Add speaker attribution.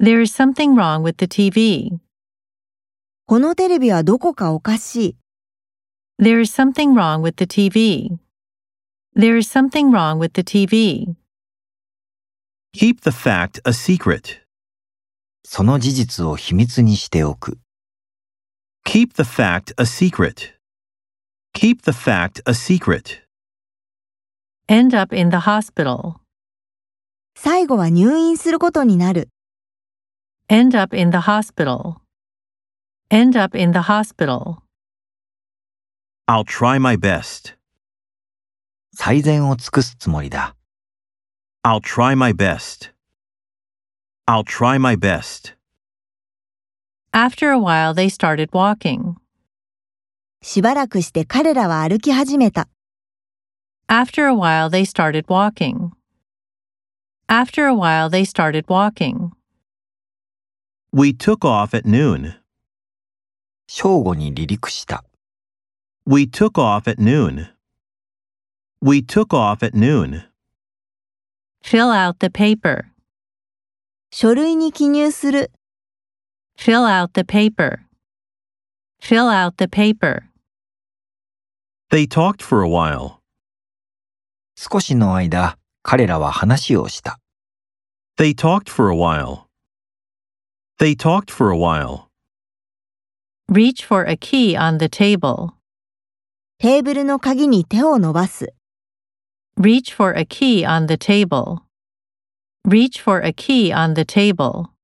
Speaker 1: There is something wrong with the TV.
Speaker 2: このテレビはどこかおかしい。
Speaker 1: There is something wrong with the TV. There is something wrong with the TV.
Speaker 3: Keep the fact a secret.
Speaker 4: その事実を秘密にしておく。
Speaker 3: Keep the fact a secret. Keep the fact a secret.
Speaker 1: End up in the hospital.
Speaker 2: 最後は入院することになる。
Speaker 1: End up in the hospital. End up in the hospital.
Speaker 3: I'll try my best.
Speaker 4: 最善を尽くすつもりだ。
Speaker 3: I'll try my best. I'll try my best.
Speaker 1: After a while, they started walking.
Speaker 2: しばらくして彼らは歩き始めた。
Speaker 1: After a while, they started walking. After a while, they started walking.
Speaker 3: We took off at noon.
Speaker 4: 正午に離陸した。
Speaker 3: We took off at noon. We took off at noon.
Speaker 1: Fill out the paper.
Speaker 2: 書類に記入する。
Speaker 1: Fill out the paper. Fill out the paper.
Speaker 3: They talked for a while.
Speaker 4: 少しの間、彼らは話をした。
Speaker 3: They talked for a while. They talked for a while.
Speaker 1: Reach for a key on the table.
Speaker 2: テーブルの鍵に手を伸ばす。
Speaker 1: Reach for a key on the table. Reach for a key on the table.